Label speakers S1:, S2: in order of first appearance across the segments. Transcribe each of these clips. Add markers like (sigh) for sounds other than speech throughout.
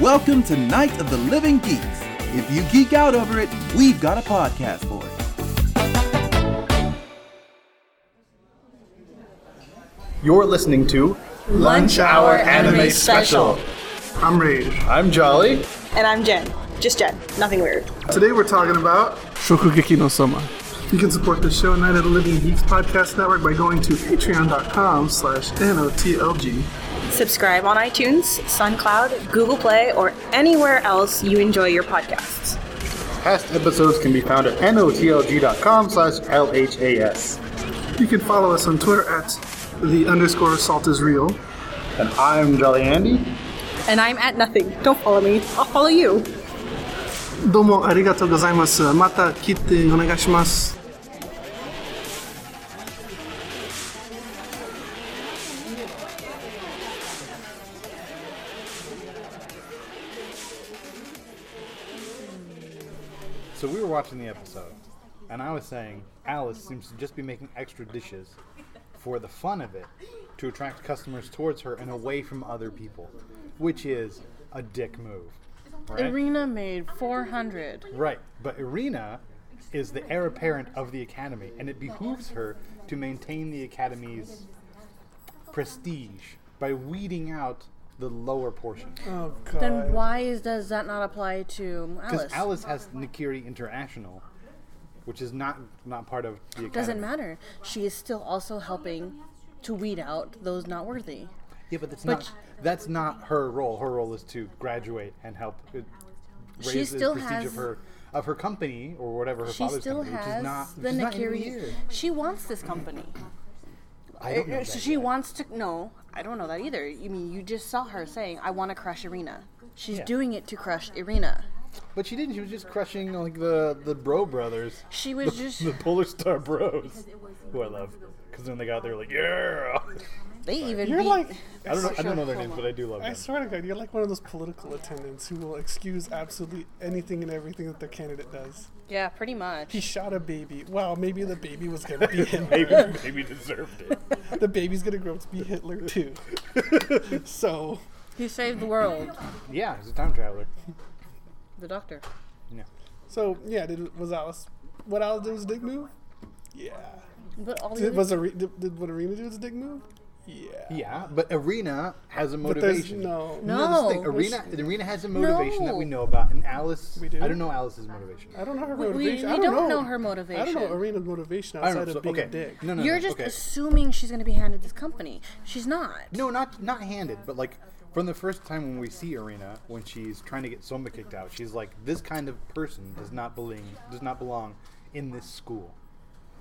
S1: Welcome to Night of the Living Geeks. If you geek out over it, we've got a podcast for it.
S2: You're listening to
S3: Lunch Hour Anime Special.
S4: I'm Rage.
S2: I'm Jolly.
S3: And I'm Jen. Just Jen. Nothing weird.
S4: Today we're talking about
S5: Shokugeki no Soma.
S4: you can support the show Night at the Living Geeks Podcast Network by going to patreon.com slash N-O-T-L-G.
S3: Subscribe on iTunes, SoundCloud, Google Play, or anywhere else you enjoy your podcasts.
S2: Past episodes can be found at notlg.com slash LHAS.
S4: You can follow us on Twitter at the underscore salt is real.
S2: And I'm Jolly Andy.
S3: And I'm at nothing. Don't follow me. I'll follow you.
S4: Domo arigato gozaimasu. Mata kite onegashimasu.
S6: So we were watching the episode, and I was saying Alice seems to just be making extra dishes for the fun of it to attract customers towards her and away from other people, which is a dick move. Right?
S7: Irina made 400.
S6: right. But Irina is the heir apparent of the academy, and it behooves her to maintain the academy's prestige by weeding out the lower portion.
S7: Oh. Then why is, does that not apply to
S6: Because
S7: Alice?
S6: Alice has Nikiri International, which is not not part of the academy.
S7: Doesn't matter. She is still also helping to weed out those not worthy.
S6: Yeah, but that's
S7: But
S6: not that's not her role. Her role is to graduate and help uh, raise
S7: She still
S6: the prestige of
S7: has-
S6: her of her company or whatever her
S7: She
S6: father's
S7: still
S6: company, which
S7: has
S6: is not
S7: the
S6: which is not in
S7: Nakiri.
S6: here.
S7: She wants this company.
S6: I don't know.
S7: Uh,
S6: that
S7: she
S6: yet.
S7: wants to. No, I don't know that either. You mean you just saw her saying, "I want to crush Irina." She's
S6: Yeah.
S7: doing it to crush Irina.
S6: but she didn't. She was just crushing like the the bro brothers,
S7: She was just.
S6: (laughs) the Polar Star Bros, who I love. Because when they got there, like yeah, (laughs)
S7: They even.
S8: You're
S7: beat-
S8: like-
S6: I don't know. I don't know their
S7: Hold
S6: names,
S7: on.
S6: but I do love
S8: I
S6: them.
S8: swear to God, you're like one of those political attendants who will excuse absolutely anything and everything that their candidate does.
S7: Yeah, pretty much.
S8: He shot a baby. Wow, maybe the baby was gonna be Hitler.
S6: Maybe maybe deserved it.
S8: the baby's gonna grow up to be Hitler too. so
S7: He saved the world.
S6: (laughs) Yeah, he's a time traveler.
S7: The doctor.
S6: No.
S8: so yeah, did, was Alice what Alice did was a dick move? Yeah.
S7: But all the
S8: Did,
S7: other-
S8: was Are, did, did what Arena do was a dick move? Yeah.
S6: Yeah, but Arena has a
S8: But there's
S6: motivation.
S8: no,
S6: No, this thing,
S7: No, we
S6: Arena, Arena has a motivation that we know about, and Alice.
S8: We do?
S6: I don't know Alice's motivation.
S8: I don't know her
S7: We- we-
S8: motivation.
S7: we
S8: I don't,
S7: don't
S8: know.
S7: know her
S8: I don't
S7: motivation.
S8: know Arena's motivation
S6: I don't
S8: outside
S6: know.
S8: of
S6: So,
S8: being
S6: okay.
S8: a dick.
S6: No, no,
S7: You're
S6: no,
S7: just
S6: okay.
S7: assuming she's going to be handed this company. She's not.
S6: no, not not handed, but like from the first time when we see Arena, when she's trying to get Soma kicked out, she's like, "This kind of person does not belong does not belong in this school."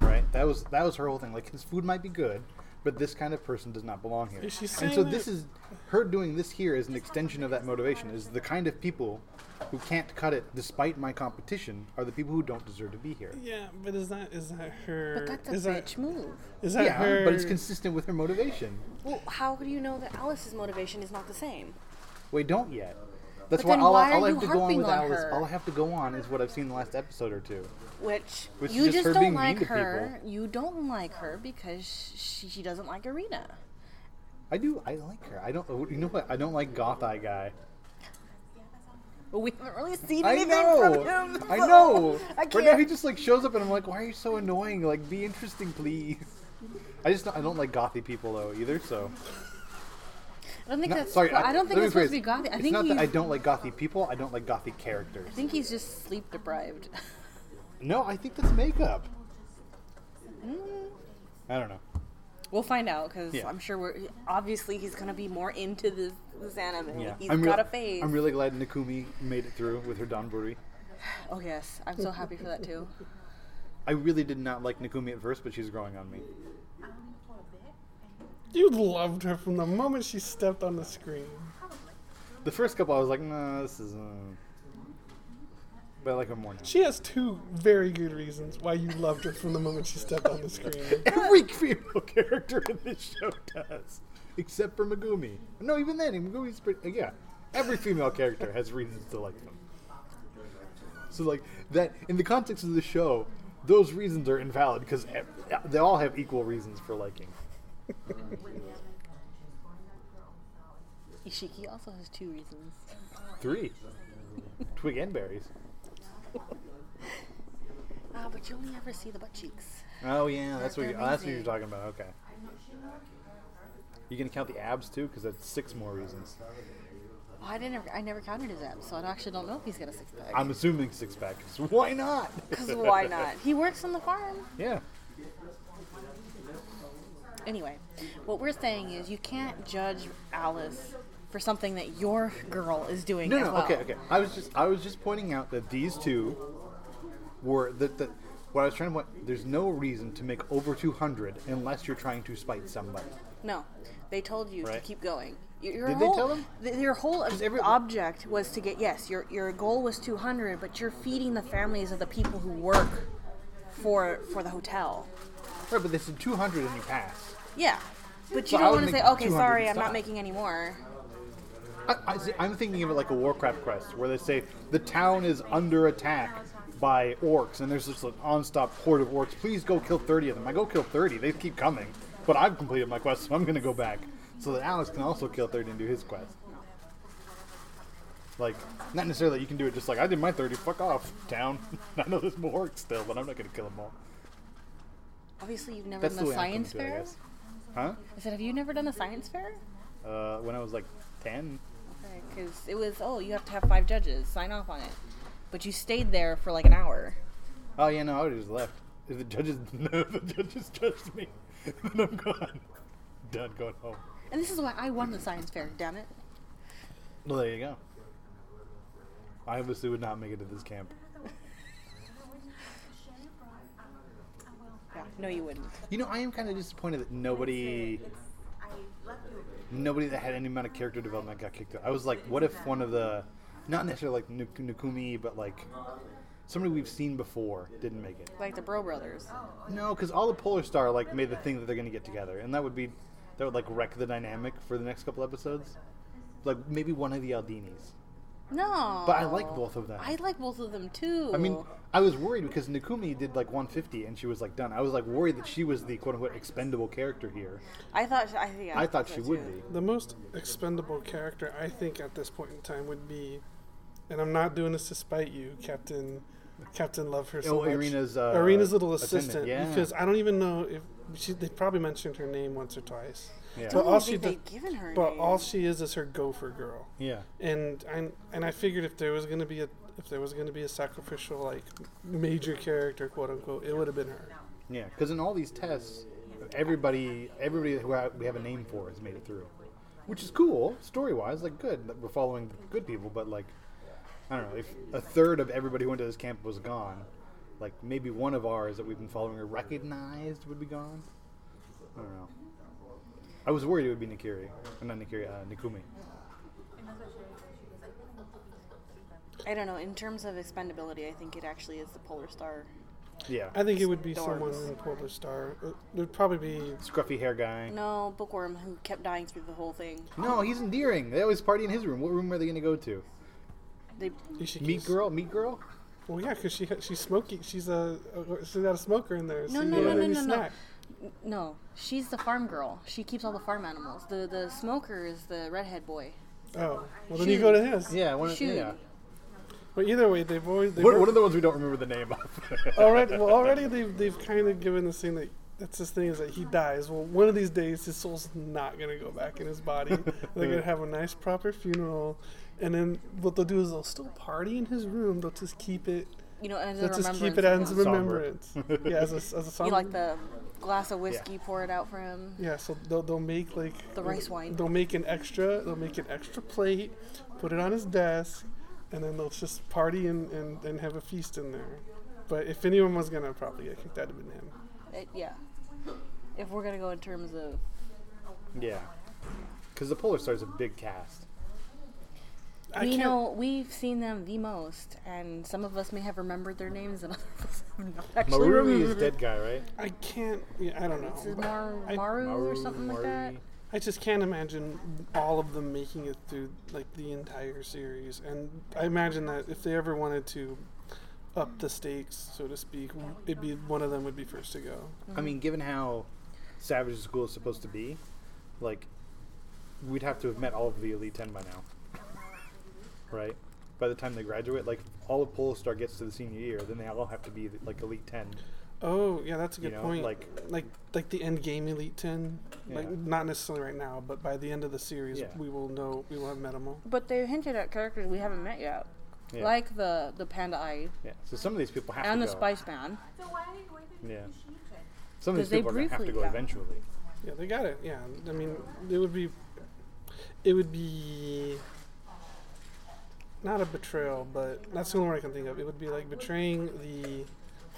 S6: Right? That was that was her whole thing. Like his food might be good, but this kind of person does not belong here.
S8: Is she
S6: and
S8: saying
S6: so
S8: that-
S6: this is her doing this here is an extension of that motivation. Is the kind of people who can't cut it despite my competition are the people who don't deserve to be here.
S8: Yeah, but is that is that her?
S7: But that's a
S8: is that-
S7: bitch move.
S8: Is that
S6: yeah,
S8: her?
S6: but it's consistent with her motivation.
S7: Well, how do you know that Alice's motivation is not the same?
S6: We don't yet. That's
S7: But
S6: why
S7: then
S6: all,
S7: why
S6: I, all
S7: are
S6: I
S7: you
S6: have to go on
S7: harping
S6: with
S7: on
S6: Alice.
S7: her?
S6: All I have to go on is what I've seen in the last episode or two.
S7: Which,
S6: Which is
S7: you
S6: just
S7: just,
S6: her
S7: don't
S6: being mean
S7: like
S6: to
S7: her. You don't like her because she, she doesn't like Arena.
S6: I do. I like her. I don't. You know what? I don't like Goth Eye guy.
S7: But we haven't really seen
S6: I
S7: anything
S6: know.
S7: from him.
S6: (laughs) I
S7: so
S6: know.
S7: (laughs) I
S6: Right now
S7: can't.
S6: he just like shows up and I'm like, why are you so annoying? Like, be interesting, please. I just don't, I don't like gothy people though either. So
S7: I don't think
S6: Not-
S7: that's.
S6: sorry.
S7: I, don't
S6: let
S7: think
S6: me
S7: that's supposed to be
S6: rephrase.
S7: gothy. I
S6: it's
S7: think
S6: not
S7: he,
S6: that I don't like gothy people. I don't like gothy characters.
S7: I think he's just sleep deprived. (laughs)
S6: No, I think that's makeup.
S7: Mm.
S6: I don't know.
S7: We'll find out because
S6: Yeah.
S7: I'm sure we're obviously he's gonna be more into this, this anime.
S6: Yeah,
S7: He's
S6: I'm
S7: got
S6: real-
S7: a phase.
S6: I'm really glad Nakumi made it through with her Donburi.
S7: oh yes, I'm so happy for that too.
S6: I really did not like Nakumi at first, but she's growing on me.
S8: you loved her from the moment she stepped on the screen.
S6: The first couple, I was like, nah, this is. Uh... But I like her more
S7: (laughs)
S6: now.
S8: She has two very good reasons why you loved her from the moment she stepped on the screen.
S6: Every female (laughs) character in this show does, except for Megumi. No, even then, Megumi's pretty. uh, Yeah, every female character has reasons to like them. So, like that, in the context of the show, those reasons are invalid because they all have equal reasons for liking.
S7: Ishiki also has two reasons. (laughs)
S6: Three. Twig and berries.
S7: Ah, but you only ever see the butt cheeks.
S6: Oh yeah, that's what
S7: They're
S6: you, that's what
S7: amazing.
S6: you're talking about. Okay. You gonna count the abs too? Because that's six more reasons.
S7: Oh, I didn't. I never counted his abs, so I actually don't know if he's got a six pack.
S6: I'm assuming six pack. 'cause (laughs) Why not?
S7: Because why not? He works on the farm.
S6: Yeah.
S7: Anyway, what we're saying is you can't judge Alice for something that your girl is doing.
S6: No,
S7: as
S6: no.
S7: well.
S6: Okay, okay. I was just I was just pointing out that these two were that the what I was trying to point. There's no reason to make over 200 unless you're trying to spite somebody.
S7: No, they told you to
S6: Right.
S7: keep going. Y- Your
S6: Did they
S7: whole,
S6: tell them?
S7: th- your whole ob-
S6: every-
S7: object was to get yes. Your your goal was two hundred, but you're feeding the families of the people who work for for the hotel.
S6: Right, but they said 200 and you pass.
S7: Yeah, but
S6: So
S7: you
S6: I
S7: don't
S6: would
S7: want to
S6: make
S7: say okay,
S6: 200
S7: sorry,
S6: and
S7: I'm not
S6: stop.
S7: making any more.
S6: I, I see, I'm thinking of it like a Warcraft quest where they say the town is under attack by orcs, and there's just an onstop horde of orcs. Please go kill 30 of them. I go kill 30, they keep coming, but I've completed my quest, so I'm going to go back so that Alex can also kill 30 and do his quest. Like, not necessarily you can do it just like I did my 30, fuck off, town. (laughs) I know there's more orcs still, but I'm not going to kill them all.
S7: Obviously, you've never
S6: That's
S7: done
S6: the
S7: a
S6: way I'm
S7: science
S6: coming to it, I
S7: fair.
S6: guess. Huh?
S7: I said, have you never done a science fair?
S6: Uh, when I was like 10,
S7: Because it was oh, you have to have five judges sign off on it, but you stayed there for like an hour.
S6: Oh yeah, no, I would have just left. If the judges, (laughs) no, if the judges judged me, (laughs) then I'm gone. Done, going home.
S7: And this is why I won the science fair. Damn it.
S6: Well, there you go. I obviously would not make it to this camp.
S7: Yeah, no, you wouldn't.
S6: You know, I am kind of disappointed that nobody, nobody that had any amount of character development got kicked out. I was like, what if one of the, not necessarily like Nuk- Nukumi, but like somebody we've seen before didn't make it.
S7: Like the Bro Brothers.
S6: No, because all the Polar Star like made the thing that they're gonna get together, and that would be that would like wreck the dynamic for the next couple episodes. Like maybe one of the Aldinis.
S7: No.
S6: But I like both of them.
S7: I like both of them too.
S6: I mean, I was worried because Nakumi did like 150 and she was like done. I was like worried that she was the quote unquote expendable character here.
S7: I thought I, yeah,
S6: I thought
S7: so
S6: she would
S7: too.
S6: be.
S8: The most expendable character I think at this point in time would be, and I'm not doing this to spite you, Captain. Captain Love her so
S6: Oh,
S8: much.
S6: Irina's, uh,
S8: Irina's little
S6: attendant,
S8: assistant.
S6: yeah.
S8: Because I don't even know if she. They probably mentioned her name once or twice.
S6: Yeah.
S8: But
S7: I
S8: all
S7: don't
S8: she
S7: think they've
S8: does-
S7: Oh, given her. a
S8: But
S7: name.
S8: all she is is her gopher girl.
S6: Yeah.
S8: and I and I figured if there was gonna be a if there was gonna be a sacrificial like major character quote unquote it would have been her.
S6: Yeah. Because in all these tests, everybody everybody who ha- we have a name for has made it through, which is cool story wise. Like good that we're following good people, but like I don't know if a third of everybody who went to this camp was gone, like maybe one of ours that we've been following or recognized would be gone. I don't know. I was worried it would be Nikiri, Uh, not Nikiri, uh, Nikumi.
S7: I don't know. In terms of expendability, I think it actually is the Polar Star.
S6: Yeah.
S8: I think it would be
S7: Storms.
S8: someone in Polar Star. It would probably be
S6: Scruffy hair guy.
S7: No, Bookworm, who kept dying through the whole thing.
S6: No, he's endearing. They always party in his room. What room are they going to go to?
S7: They
S8: Ishiki's.
S6: Meat girl? Meat girl?
S8: Well, yeah, because she ha- she's smoking. She's a, a she's got a smoker in there.
S7: No, no,
S8: so you
S7: no,
S8: gotta
S7: no,
S8: maybe
S7: no, no.
S8: snack.
S7: no. She's the farm girl. She keeps all the farm animals. The the smoker is the redhead boy.
S8: Oh, well then
S7: Shoot.
S8: you go to his.
S6: Yeah, one of,
S7: Shoot.
S6: yeah.
S8: But either way, they've always they've
S6: What,
S8: al-
S6: what are the ones we don't remember the name of? (laughs)
S8: already well already they've they've kind of given the thing that. That's his thing is that he dies. Well, one of these days his soul's not gonna go back in his body. They're gonna have a nice proper funeral, and then what they'll do is they'll still party in his room. They'll just keep it.
S7: You know, as a
S8: They'll just keep
S7: remembrance.
S8: it as a
S7: of him.
S8: remembrance. yeah, as a, as a song.
S7: You like the glass of whiskey, pour it out for him.
S8: Yeah, so they'll, they'll make like
S7: The rice wine.
S8: They'll make an extra. They'll make an extra plate, put it on his desk, and then they'll just party and, and, and have a feast in there. But if anyone was gonna probably get kicked, that'd have been him.
S7: It- yeah. If we're gonna go in terms of
S6: yeah. Because the Polar Star's a big cast.
S8: I
S7: we
S8: can't-
S7: know we've seen them the most, and some of us may have remembered their names, and (laughs) others have not actually
S6: Marui
S7: remembered.
S6: is dead guy, right?
S8: I can't. Yeah, I don't know.
S7: Is it
S8: but
S7: Mar-
S8: I-
S7: Maru or
S6: Maru,
S7: something like that.
S6: Marui.
S8: I just can't imagine all of them making it through like the entire series, and I imagine that if they ever wanted to up the stakes, so to speak, it'd be one of them would be first to go.
S6: I mean, given how savage the school is supposed to be, like, we'd have to have met all of the Elite Ten by now. (laughs) right? By the time they graduate, like all of Polestar gets to the senior year, then they all have to be like elite ten.
S8: Oh, yeah, that's a good
S6: know,
S8: point. Like,
S6: like-
S8: like, like the end game Elite Ten. Like,
S6: Yeah.
S8: not necessarily right now, but by the end of the series,
S6: Yeah.
S8: we will know. We will have met them all.
S7: But they hinted at characters we haven't met yet,
S6: Yeah.
S7: like the the panda eye
S6: Yeah. So some of these people have
S7: and
S6: to
S7: the
S6: go.
S7: Spice Man.
S5: So why did why did
S6: Yeah.
S5: you shoot it?
S6: Some of these
S7: 'Cause they
S6: people are gonna have to
S7: briefly
S6: go
S7: got-
S6: eventually.
S8: Yeah, they got it. Yeah, I mean, it would be, it would be, not a betrayal, but that's the only word I can think of. It would be like betraying the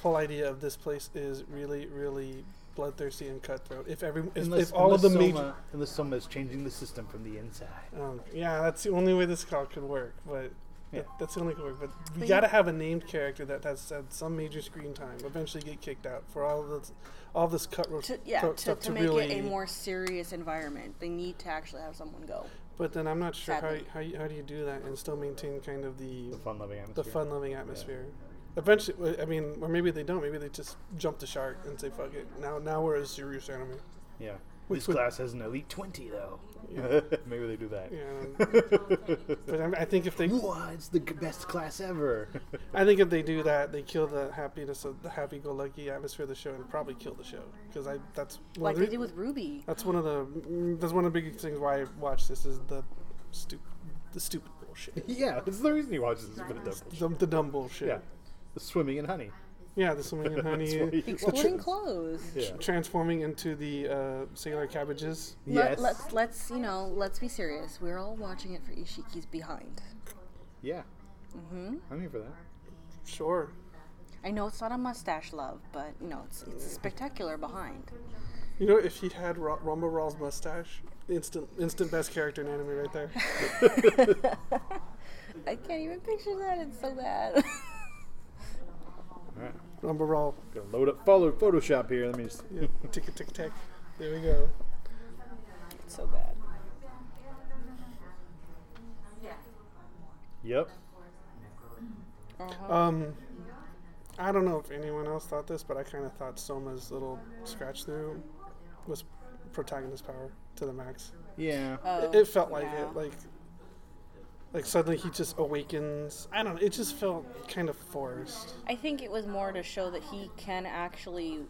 S8: whole idea of this place is really, really bloodthirsty and cutthroat. If every, if, if all of the
S6: Soma,
S8: major,
S6: unless Soma is changing the system from the inside.
S8: um, yeah, that's the only way this call could work. But
S6: Yeah.
S8: that's the only way it could work. But we got to have a named character that has had some major screen time. Eventually, get kicked out for all this, all this cutthroat
S7: To, yeah,
S8: throat
S7: to,
S8: stuff
S7: to make
S8: really
S7: it a more serious environment, they need to actually have someone go.
S8: But then I'm not sure how,
S7: Sadly.
S8: how, you- how do you do that and still maintain kind of the
S6: The fun-loving atmosphere.
S8: the fun loving atmosphere. Eventually, well, I mean, or maybe they don't. Maybe they just jump the shark and say, "Fuck it." Now, now we're a serious enemy.
S6: Yeah.
S8: Which
S6: this
S8: would-
S6: class has an elite twenty though. (laughs) Maybe they do that.
S8: Yeah. (laughs) but I, I think if they,
S6: Whoa, it's the g- best class ever. (laughs)
S8: I think if they do that, they kill the happiness of the happy-go-lucky atmosphere of the show and probably kill the show because I that's one
S7: Like
S8: of the,
S7: they did with Ruby.
S8: that's one of the mm, that's one of the biggest things why I watch this is the stupid the stupid
S7: (laughs)
S8: bullshit,
S6: yeah, it's the reason you watch this. is for the double.
S8: the, the dumb bullshit.
S6: Yeah. The swimming in honey.
S8: yeah the swimming in honey.
S6: (laughs) That's what you-
S7: Exploding clothes.
S6: Yeah.
S8: transforming into the uh, sailor cabbages.
S6: Yes.
S7: Let, us let's you know let's be serious. We're all watching it for Ishiki's behind.
S6: Yeah. Mm-hmm. I'm here for that.
S8: Sure.
S7: I know it's not a mustache love, but you know it's it's a spectacular behind.
S8: You know, if he had Ra- Rumble Raw's mustache, instant instant best character in anime
S7: (laughs)
S8: right there.
S7: I can't even picture that. It's so bad. (laughs)
S6: All right.
S8: Rumble Raw,
S6: Gonna load up follow Photoshop here. Let me just.
S8: yeah, tick tick tick. There we go.
S7: it's so bad.
S6: Yep.
S8: Um, I don't know if anyone else thought this, but I kind of thought Soma's little scratch through was protagonist power to the max.
S6: Yeah.
S8: It, it felt like it, like. Like suddenly he just awakens. I don't know. It just felt kind of forced.
S7: I think it was more to show that he can actually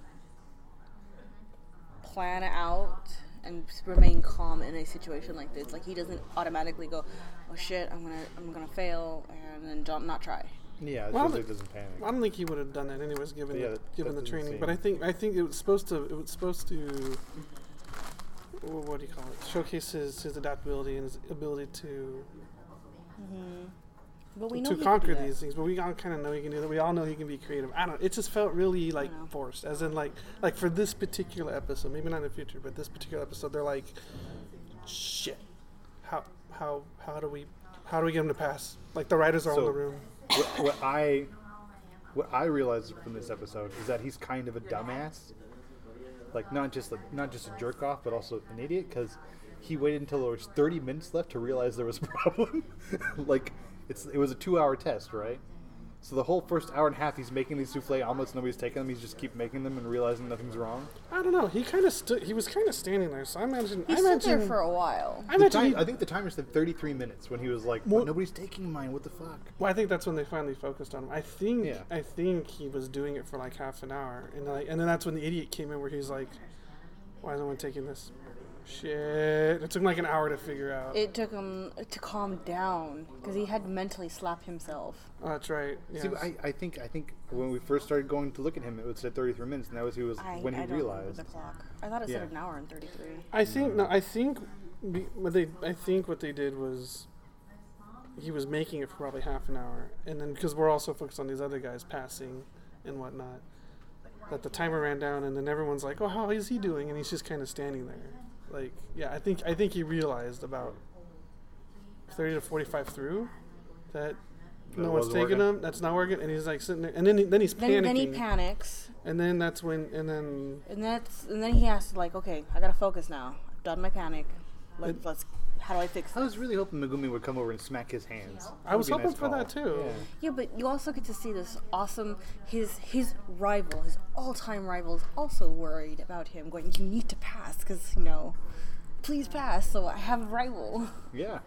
S7: plan out and s- remain calm in a situation like this. Like he doesn't automatically go, "Oh shit, I'm gonna I'm gonna fail," and then don't not try.
S6: yeah. It's
S8: Well,
S6: just like
S8: the-
S6: doesn't panic.
S8: I don't think he would have done that anyways, given
S6: Yeah,
S8: the,
S6: that-
S8: given the
S6: that's
S8: training.
S6: insane.
S8: But I think I think it was supposed to it was supposed to wh- what do you call it? Showcase his, his adaptability and his ability to
S7: But we know
S8: to
S7: he can do
S8: conquer
S7: that.
S8: these things. But we all kind of know he can do that. We all know he can be creative. I don't. It just felt really like forced, as in like like for this particular episode, maybe not in the future, but this particular episode, they're like, shit, how how how do we how do we get him to pass? Like the writers are all in
S6: So-
S8: the room.
S6: what, what I what I realized from this episode is that he's kind of a dumbass. Like not just a, not just a jerk off, but also an idiot because he waited until there was 30 minutes left to realize there was a problem. (laughs) like it's it was a two hour test, right? So the whole first hour and a half, he's making these souffle omelets. Nobody's taking them. He's just keep making them and realizing nothing's wrong.
S8: I don't know. He kind of stood. He was kind of standing there. So I imagine.
S7: He
S8: I
S7: stood
S8: imagine
S7: there for a while.
S8: I
S6: The
S8: imagine.
S6: time,
S8: he-
S6: I think the timer said 33 minutes when he was like,
S8: Well-
S6: "But "Nobody's taking mine. What the fuck?"
S8: well, I think that's when they finally focused on him. I think.
S6: Yeah.
S8: I think he was doing it for like half an hour, and like, and then that's when the idiot came in, where he's like, "Why is no one taking this?" Shit! It took him like an hour to figure out.
S7: It took him to calm down because he had to mentally slap himself.
S8: oh, that's right. Yes.
S6: See, but I, I think I think when we first started going to look at him, it was at 33 minutes, and that was he was
S7: I,
S6: when he
S7: I don't remember
S6: realized.
S7: the clock. I thought it said
S6: Yeah.
S7: an hour and thirty-three.
S8: I think no. I think be- what they. I think what they did was. He was making it for probably half an hour, and then because we're also focused on these other guys passing and whatnot, that the timer ran down, and then everyone's like, "Oh, how is he doing?" And he's just kind of standing there, like, yeah. I think I think he realized about thirty to forty-five through that. no one's
S6: wasn't
S8: taking
S6: working.
S8: him. That's not working, and he's like sitting there, and then he, then he's panicking,
S7: Then, then he panics,
S8: and then that's when, and then
S7: and that's and then he has to like, okay, I gotta focus now. I've done my panic. Let's, let's how do I fix
S6: I
S7: this?
S6: was really hoping Megumi would come over and smack his hands.
S8: I was
S6: That would be a
S8: hoping for that
S6: call.
S8: too.
S7: Yeah, but you also get to see this awesome his his rival, his all-time rival is also worried about him, going, "You need to pass, because you know, please pass, so I have a rival." (laughs)
S6: Yeah.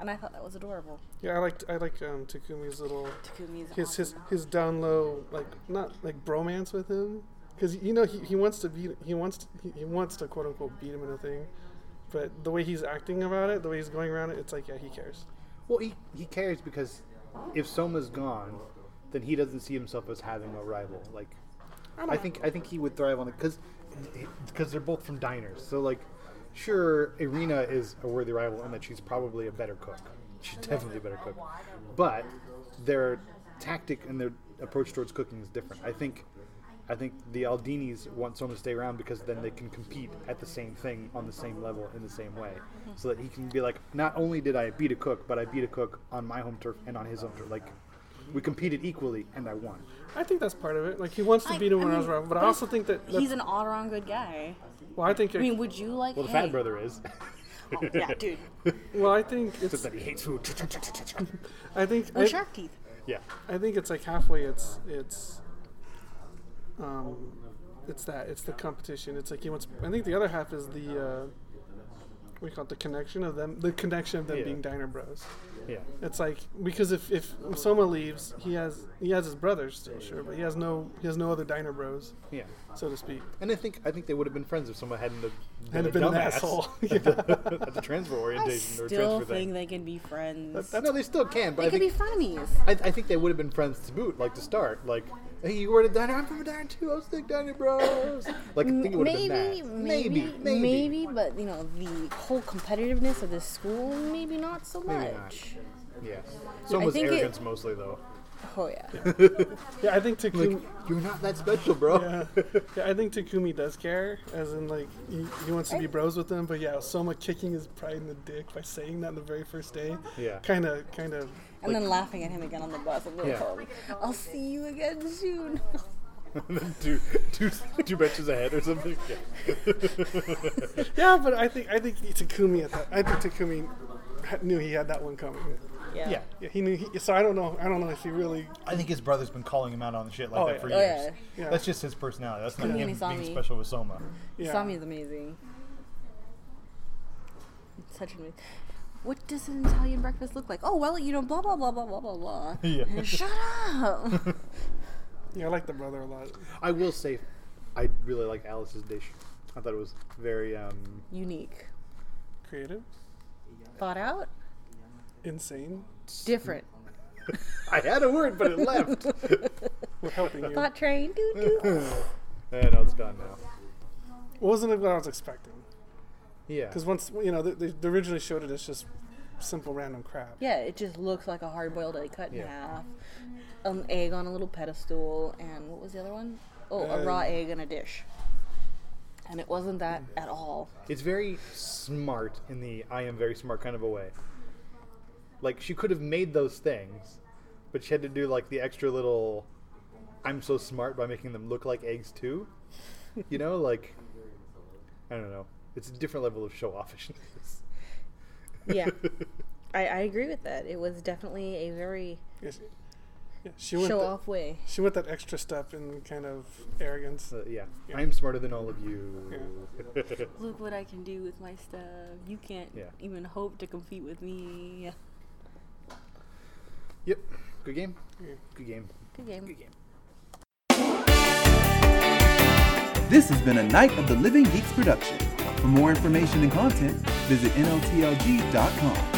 S7: and I thought that was adorable.
S8: Yeah, I like I like um, Takumi's little
S7: Takumi's
S8: his his
S7: awesome.
S8: his down low like not like bromance with him because you know he, he wants to beat he wants to, he, he wants to quote unquote beat him in a thing, but the way he's acting about it, the way he's going around it, it's like yeah he cares.
S6: Well, he, he cares because if Soma's gone, then he doesn't see himself as having a rival. Like, I think I think he would thrive on it because they're both from diners. So like, sure, Irina is a worthy rival in that she's probably a better cook. She's definitely a better cook, but their tactic and their approach towards cooking is different. I think. I think the Aldinis want Soma to stay around because then they can compete at the same thing on the same level in the same way.
S7: Mm-hmm.
S6: So that he can be like, not only did I beat a cook, but I beat a cook on my home turf and on his home turf. Like, we competed equally and I won.
S8: I think that's part of it. Like he wants to
S7: I-
S8: beat him
S7: I
S8: when I
S7: mean,
S8: was wrong, but I
S7: but
S8: also think that that's,
S7: He's an all around good guy.
S8: well I think
S7: I mean, would you like?
S6: Well, the
S7: hey,
S6: fat brother is. (laughs)
S7: Yeah,
S8: (laughs)
S7: dude.
S8: well I think it's
S6: that he hates food. (laughs)
S8: I think
S7: With
S8: I-
S7: shark teeth.
S6: yeah.
S8: I think it's like halfway. It's it's, um, it's that it's the competition. It's like he wants. I think the other half is the, uh, we call it the connection of them. The connection of them
S6: Yeah.
S8: being Diner Bros.
S6: Yeah.
S8: It's like because if if Soma leaves, he has he has his brothers still sure, but he has no he has no other Diner Bros,
S6: Yeah.
S8: so to speak.
S6: And I think I think they would have been friends if someone hadn't have been,
S8: Had
S6: a
S8: it been an
S6: dumbass (laughs)
S8: asshole. (laughs) Yeah.
S6: at, the, at the transfer
S7: I
S6: orientation or
S7: still
S6: transfer
S7: think
S6: thing.
S7: they can be friends.
S6: That, no, they still can, but
S7: They
S6: I
S7: could
S6: think
S7: be frenemies.
S6: I, I think they would have been friends to boot, like to start. Like, hey, you were a diner. I'm from a diner too. I was thinking diner bros. Like, I think it would have
S7: Maybe,
S6: been
S7: maybe,
S6: that.
S7: maybe, maybe, but you know the whole competitiveness of this school, maybe not so much.
S6: Maybe not. Yeah. Someone's
S7: think it-
S6: arrogance mostly, though.
S7: Oh yeah.
S8: Yeah, I think Takumi.
S6: Like, you're not that special, bro. (laughs)
S8: yeah, yeah, I think Takumi does care, as in like he, he wants to be bros with them. But yeah, Soma kicking his pride in the dick by saying that on the very first day.
S6: Yeah.
S8: kind of, kind of.
S7: And then laughing at him again on the bus. I'm
S6: Yeah.
S7: yeah. I'll see you again soon.
S6: two, two, two benches ahead or something. Yeah.
S8: Yeah, but I think I think Takumi at that. I think Takumi ha- knew he had that one coming.
S7: Yeah.
S6: Yeah.
S8: Yeah, he knew. He, so I don't know. I don't know if he really.
S6: I think his brother's been calling him out on the shit like
S8: Oh,
S6: that
S8: yeah.
S6: for
S8: Oh,
S6: years.
S8: yeah. Yeah.
S6: That's just his personality. That's not
S7: Kamini
S6: him
S7: Sami.
S6: being special with Soma. (laughs)
S8: Yeah.
S7: Sami is amazing. Such an amazing. What does an Italian breakfast look like? Oh well, you know, blah blah blah blah blah
S6: (laughs)
S7: blah blah.
S6: Yeah.
S7: Shut up.
S8: Yeah, I like the brother a lot.
S6: I will say, I really like Alice's dish. I thought it was very um,
S7: Unique.
S8: Creative,
S7: Thought out.
S8: insane.
S7: Different.
S6: I had a word, but it left.
S8: We're helping you.
S7: Thought train. Doo, doo.
S6: I know it's gone now.
S8: Wasn't what I was expecting.
S6: Yeah.
S8: Because once you know, they, they originally showed it as just simple random crap.
S7: yeah, it just looks like a hard boiled egg cut in
S6: Yeah.
S7: half. An egg on a little pedestal, and what was the other one? Oh, a raw egg in a dish. And it wasn't that at all.
S6: It's very smart in the I am very smart kind of a way. Like she could have made those things, but she had to do like the extra little I'm so smart by making them look like eggs too. You know, like I don't know. It's a different level of show offishness. (laughs)
S7: Yeah, I, I agree with that. It was definitely a very
S8: Yes. Yeah, she went.
S7: show
S8: the-
S7: off way.
S8: She went that extra step in kind of arrogance.
S6: Uh, yeah. I am smarter than all of you.
S7: Look what I can do with my stuff. You can't
S6: Yeah.
S7: even hope to compete with me.
S6: (laughs) yep. Good game. Good game.
S7: Good game.
S1: This has been a Night of the Living Geeks production. For more information and content, visit NOTLG.com.